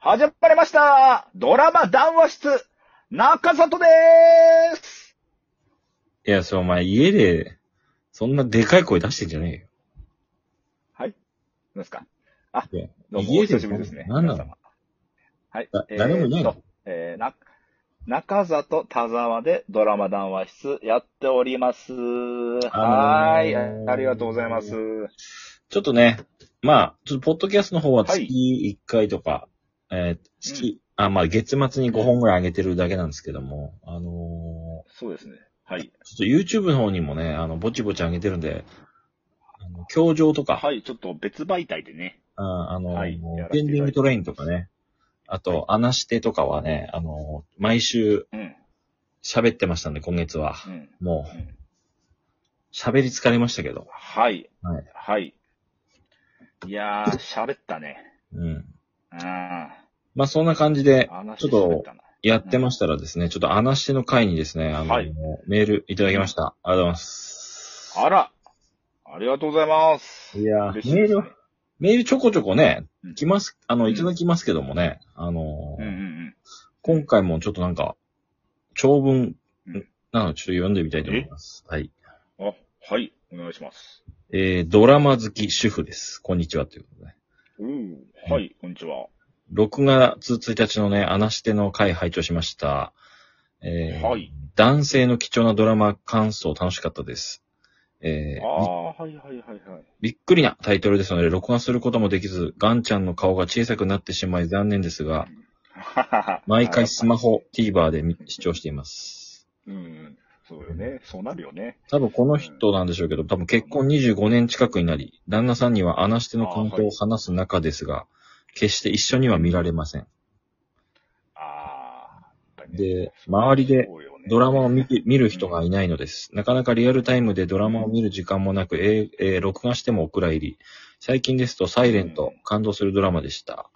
始まりましたドラマ談話室中里でーすいや、それお前家で、そんなでかい声出してんじゃね何ですかあ、いやどうも、お家で久しぶりですね。何な皆の様はいえ。よ。だ誰もいえないーっのとえーな、中里田沢でドラマ談話室やっております。はーい。ありがとうございます。ちょっとね、まあ、ちょっとポッドキャストの方ははい月1回とか、えー月、あ、まあ月末に5本ぐらい上げてるだけなんですけども、あのーそうですね。はい。ちょっと YouTube の方にもね、あの、ぼちぼち上げてるんで、あの、教場とか、はい、ちょっと別媒体でね。ああの、はいやらせていただいてますペンディングトレインとかね、あと、アナシテとかはね、あの、毎週うん。喋ってましたんで、今月は。うん。もう、うん喋り疲れましたけど。はい。はい。はい。いやー、喋ったね。うん。うん。あまあ、そんな感じで、ちょっとな。やってましたらですね、ちょっとアナシテの会にですね、あの、はいメールいただきました。ありがとうございます。あら、ありがとうございます。いやー嬉しいですねメーメールちょこちょこねうん、来ます、あの、うんいただきますけどもね、あのうー、んうん今回もちょっとなんか、長文うんなのでちょっと読んでみたいと思います。はい。うん。あ、はい、お願いします。えー、ドラマ好き主婦です。こんにちはということで。うー、はい、こんにちは。 6月1日のね、アナシテの回拝聴しました。えーはい男性の貴重なドラマ感想楽しかったです。えあーあー、はいはいはいはい。びっくりなタイトルですので、録画することもできず、ガンちゃんの顔が小さくなってしまい残念ですが、はは は毎回スマホ、TVer で見視聴しています。うん、そうよね。そうなるよね。多分この人なんでしょうけど、多分結婚25年近くになり、旦那さんには穴しての感想を話す中ですが、決して一緒には見られません。ああ、やっぱりねで、周りでそうよねドラマを見て見る人がいないのです。なかなかリアルタイムでドラマを見る時間もなく、えーえー録画してもお蔵入り。最近ですと、サイレントうん、感動するドラマでした。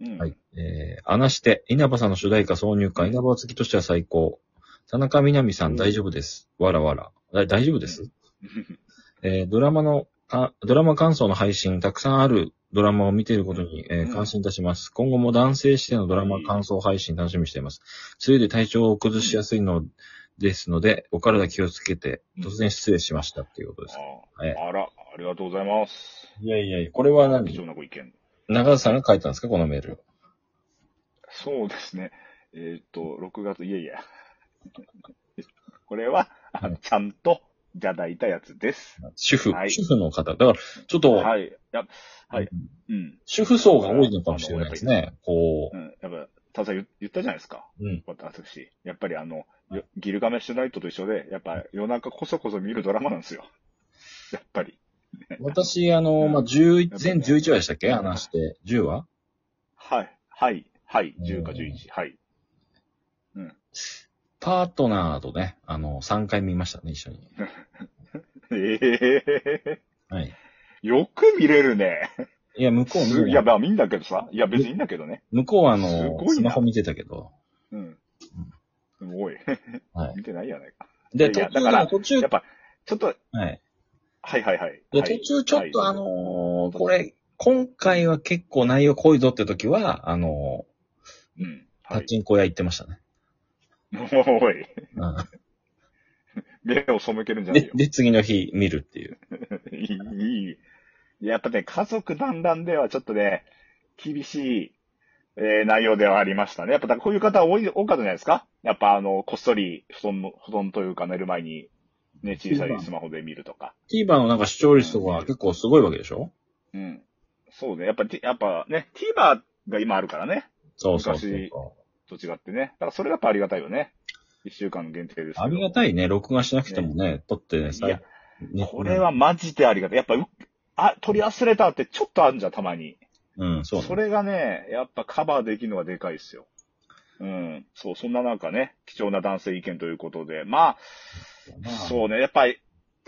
うん、はい。えー、穴して、稲葉さんの主題歌挿入歌、稲葉好きとしては最高。田中みな実さうんん大丈夫です。わらわら。だ大丈夫です、うんえードラマの、あドラマ感想の配信、たくさんあるドラマを見ていることに、えーうん感心いたします。今後も男性視点のドラマ感想配信楽しみにしています。梅雨で体調を崩しやすいのですので、お体気をつけて、うん突然失礼しましたっていうことです。あえーあら、ありがとうございます。いやいやいや、これは貴何重なご意見。長田さんが書いたんですかこのメール。そうですね。えーっと、6月、いやいや。これは、あはいちゃんといただいたやつです。主婦、はい主婦の方。だから、ちょっと、はい。いや、はい。うん。主婦層が多いのかもしれないですね。こう。ん。やっぱ、ただ言言ったじゃないですか。うん。私。やっぱりあの、よギルガメッシュナイトと一緒で、やっぱ夜中こそこそ見るドラマなんですよ。やっぱり。私、あの、まあ、11、全11話でしたっけ話して。10話はい。はい。はい。うん10か11。はい。パートナーとね、あの、3回見ましたね、一緒に。ええはい。よく見れるね。いや、向こうす見いや、まあ見んだけどさ。いや、別にいいんだけどね。向こうはあすのごい、なスマホ見てたけど。うん。でもおい。はい。見てないやないか。いで、や途だから中、途中やっ、ぱ、ちょっと、はい。はいはいはい。で、は途い中ちょっとはいあのー、これ、今回は結構内容濃いぞって時は、あのうん。ー、はパい。チンコ屋行ってましたね。 おい、うん目を背けるんじゃないでよ、。で、次の日見るっていう。いい、いい。やっぱね、家族団らんではちょっとね、厳しい、えー内容ではありましたね。やっぱだからこういう方多い、多かったじゃないですか。やっぱあの、こっそり布団の、布団というか寝る前に、ね、小さいスマホで見るとか。 TVer のなんか視聴率とか結構すごいわけでしょうん。そうね。やっぱ、やっぱね、TVer が今あるからね。そうそうそう昔そう。と違ってね。だからそれがやっぱありがたいよね。一週間限定ですけど。ありがたいね。録画しなくてもね、撮ってね、いや、ねこれは、マジでありがたい。やっぱう、あ、取り忘れたってちょっとあるんじゃん、たまに。うん、そう、それがね、やっぱカバーできるのがでかいですよ。うん。そう、そんな中ね、貴重な男性意見ということで。まあ、そうね、やっぱり、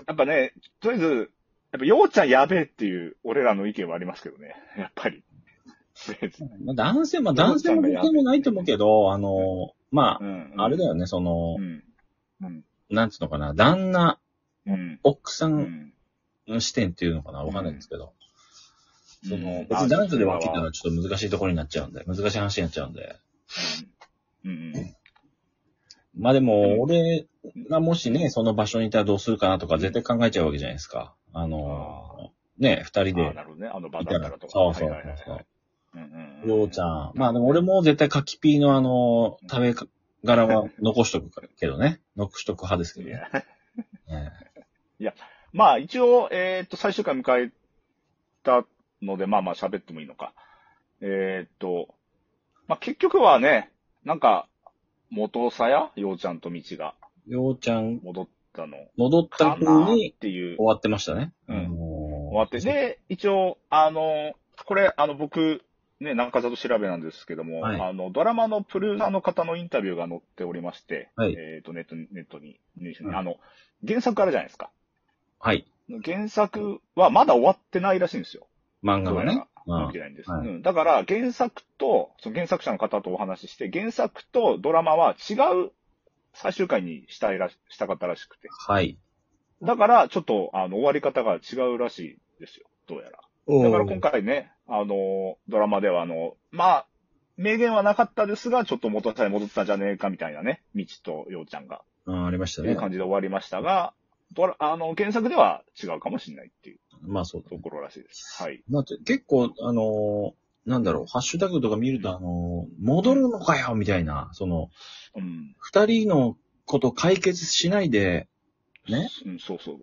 やっぱね、とりあえず、やっぱ、ようちゃんやべえっていう、俺らの意見はありますけどね。やっぱり。とりあえずまあ、男性、まあ男性も僕もないと思うけど、あの、まうん。あ、あれだよ。よね、そのう、ん。うん。なんつうのかな、旦那、うん。奥さうんん。の視点っていうのかな、わかんないんですけど。その、うん別に男女で分けたらちょっと難しいところになっちゃうんで、難しい話になっちゃうんで。うんうん。まあでうんも、俺がもしね、その場所にいたらどうするかなとか絶対考えちゃうわけじゃないですか。あの、ね、二人ああ、でなるほどね。あの場いだたったららと。か。そうそうはいはいはいそうそう。うんうんうんようちゃん。まあでも俺も絶対柿ピーのあの、食べ柄は残しとくからけどね。残しとく派ですけどいね。やねまあ一応、えーっと、最終回迎えたので、まあまあ喋ってもいいのか。えーっと、まあ結局はね、なんか、元さや、ようちゃんと道がようちゃん、戻ったの戻ったかな風っにていう終わってましたね。うんあのー終わって、で、一応、あの、これ、あの、僕、ね、南葛と調べなんですけども、はいあの、ドラマのプロデューサーの方のインタビューが載っておりまして、はいえっ、と、ネットに、ネットに入手に、うんあの、原作あるじゃないですか。はい。原作はまだ終わってないらしいんですよ。漫ど画うがやらね。うん見てないんです、はいうん。だから、原作と、その原作者の方とお話しして、原作とドラマは違う最終回にしたいらし、したかったらしくて。はい。だから、ちょっと、あの、終わり方が違うらしいですよ。どうやら。だから今回ね、あの、ドラマでは、あの、まあ、名言はなかったですが、ちょっと元さえ戻ってたんじゃねえかみたいなね、道とようちゃんが、うん、ありましたといねう。感じで終わりましたが、ドラあの、原作では違うかもしれないっていうまあそうだところらしいです。はい。だって結構、あのーなんだろう、ハッシュタグとか見ると、あのー戻るのかよみたいな、その、うん。二人のこと解決しないで、ねうん、そうそう。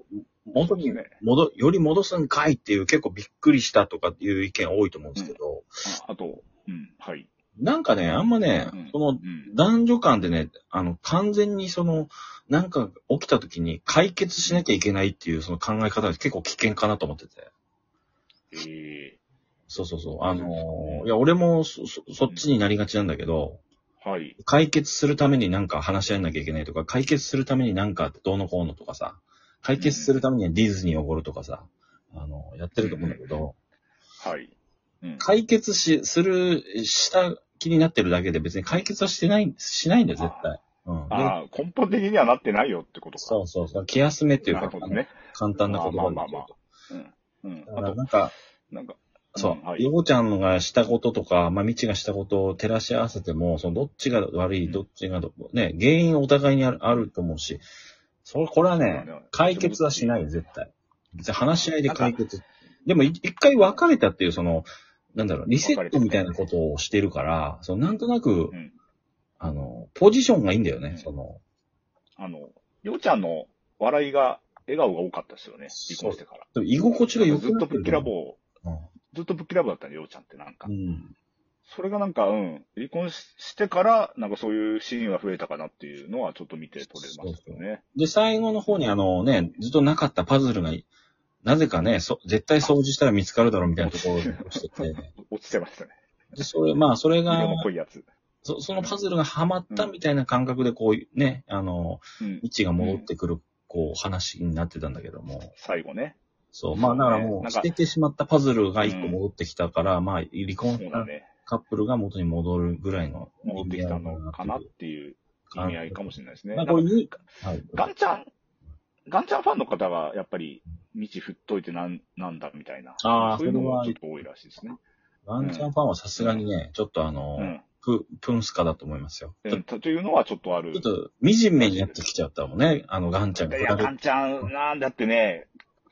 元にそうですね戻、より戻すんかいっていう結構びっくりしたとかっていう意見多いと思うんですけど、ああと、うん、はい。なんかね、あんまね、うんそのう、ん。男女間でね、あの、完全にその、なんか起きた時に解決しなきゃいけないっていうその考え方が結構危険かなと思ってて。ええそうそうそう。あのーいや、俺もそ、そ、そっちになりがちなんだけど、はい。解決するためになんか話し合わなきゃいけないとか、解決するためになんかどうのこうのとかさ、解決するためにはディズニーおごるとかさ、あの、やってると思うんだけど、はい。うん。解決し、する、した気になってるだけで別に解決はしてない、しないんだよ、絶対。うん。でああ、根本的にはなってないよってことか。そうそうそう。気休めっていうなか、るほどね。簡単な言葉で言うと。まあまあまあうん。だかあらと、なんか、なんか、そううん、はいヨゴちゃんのがしたこととか、まあ、みちがしたことを照らし合わせても、その、どっちが悪うい、んどっちがど、ね、原因お互いにあるあると思うし、それ、これはねそうだね、解決はしないよ、絶対。別に話し合いで解決。でも、い一回別れたっていう、その、なんだろう、リセットみたいなことをしてるから、その、なんとなく、うんあの、ポジションがいいんだよね、うんその、あの、ようちゃんの笑いが、笑顔が多かったですよね。離婚してから。でも居心地が良ずっくなとってぶっるきとら思ぼう。う。ずっとぶっきらぼうだったね、ようちゃんってなんか。うん。うんそれがなんか、うん。離婚ししてから、なんかそういうシーンは増えたかなっていうのは、ちょっと見て取れましたけどね。で、最後の方にあのね、ずっとなかったパズルが、なぜかね、そ、絶対掃除したら見つかるだろうみたいなところをしてて、落ちてましたね。で、それ、まあ、それが色、の濃いやつ。そそのパズルがハマったみたいな感覚で、こう、ね、あの、うん位。置が戻ってくる、こう、話になってたんだけども、最後ね。そう、まあ、だからもなんう、か捨ててしまったパズルが一個戻ってきたから、まあ、離そ婚しうだたね。カップルが元に戻るぐらいの戻ってきたのかなっ意味ていう意味合いかもしれないですね。合いななんんかかこれ言う、はい。ガンちゃん、ガンちゃんファンの方が、やっぱり、道振っといてなん、なんだみたいな。あーそういうのそれもはちょっと多いらしいですね。ワンチャンファンはさすがにね、ちょっとあの、うん。プ、プンスカだと思いますよ。うん、とというのはちょっとある。ちょっと、惨めになってきちゃったもんね。あの、ガンちゃんがいや、ガンちゃん、なんだってね、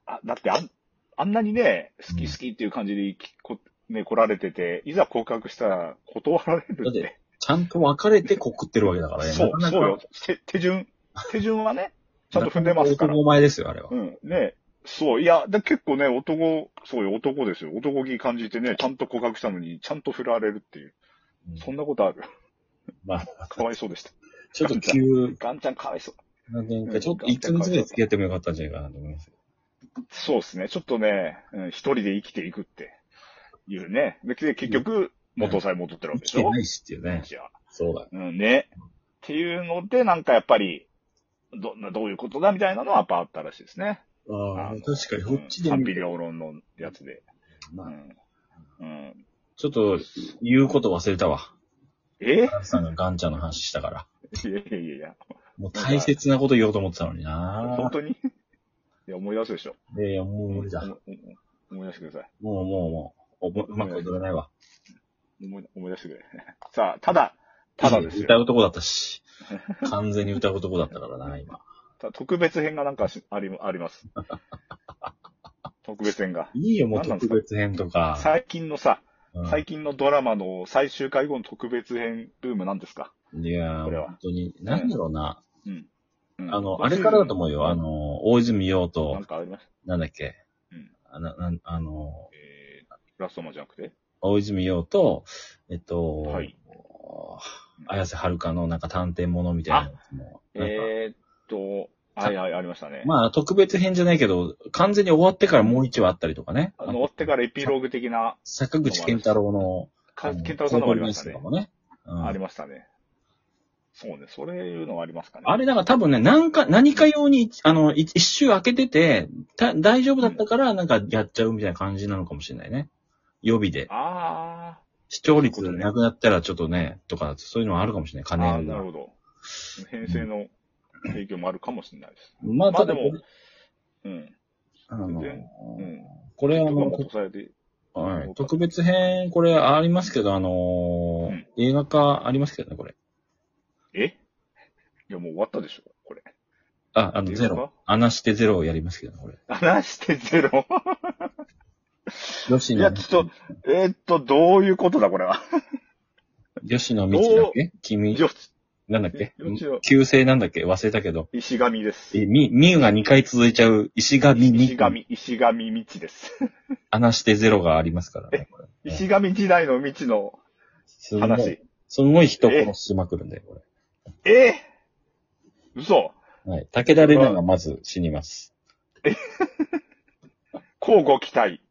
あだってあん、あんなにね、好うきん好きっていう感じでき、こね、来られてて、いざ告白したら断られるだっってて。ちゃんと別れて告ってるわけだからね。そう、なかなかそうよ。。手手順、手順 はね、ちゃんと踏んでますから。男前ですよ、あれはう。ん、ね。そう、いや、で結構ね、男、そうよ、男ですよ。男気感じてね、ちゃんと告白したのに、ちゃんと振られるっていう。そんなことある。まあ、かわいそうでした。ちょっと急ガンちゃんかわいそう。な展開、ちょっと1ヶ月ぐらい付き合ってもよかったんじゃないかなと思います。そうですね。ちょっとね、うん一人で生きていくっていうね。で、で結局、元さえ戻ってるわけでして生きょないしっていうね。じゃあそうだ。うん、ね。っていうので、なんかやっぱり、ど、などういうことだみたいなのはやっぱあったらしいですね。ああ、確かに、こっちでうん賛見否て、両論のやつで。うまあ、ん。うん、ちょっと、言うこと忘れたわ。え いガンさんがガンちゃんの話したから。やいやいやいや。もう大切なこと言おうと思ってたのにな本当に いや、思い出すでしょ。いやいや、もう無理だ。思い思い出してください。もうもうもおぼうまく踊れないわ。思い思い出してくれ。 さあ、ただ、ただですよ歌。うとこだったし。完全に歌うとこだったからな、今。た特別編がなんかしありあり ます。特別編が。いいよ、もう何なんで特すか別編とか。最近のさ、うん最近のドラマの最終回後の特別編ブームなんですかいやーこれは本当に、なんだろうな。うん。うんあの、あれからだと思うよ。あ、の、大泉洋今週なとん、かあります。なんだっけうん。あななんあの、えー、ラストマンじゃなくて大泉洋と、えっと、はい綾瀬はるかのなんか探偵ものみたいなやつも。なんかえー、っと、はいはい、ありましたね。まあ、特別編じゃないけど、完全に終わってからもう一話あったりとかね。あの、終わってからエピローグ的な、坂口健太郎の、かあの健太郎さんのもありましたコーねド。ニュースとかもね。うんありましたね。そうね、そういうのはありますかね。あれ、だから多分ね、なんか、何か用に、あの、い一周開けてて、た大丈夫だったから、なんかやっちゃうみたいな感じなのかもしれないね。予備で。あ視聴率なくなったらちょっとね、とか、そういうのはあるかもしれない。ー、あー金なるが。ほど。編成の影響もあるかもしれないです。まあ、まあでただ、も、うん。あの全、うん。これはとかももう、とされて、はい、特別編、これありますけど、あのーうん映画化ありますけどね、これ。えいや、もう終わったでしょ、これ。あ、あ映の、画ゼロ。穴してゼロをやりますけどね、これ。話してゼロ。吉い野や、、ちょっと、えーっと、どういうことだ、これは。吉野道だっけ君、よなんだっけよちよ旧姓なんだっけ忘れたけど。石神です。え、み、みゆが2回続いちゃう石神に石、神、石神道です。穴してゼロがありますからね。これ石神時代の道のすごい話。。すごい人殺しまくるんだよ、これ。えー、嘘はい。武田玲奈がまず死にます。交互期待。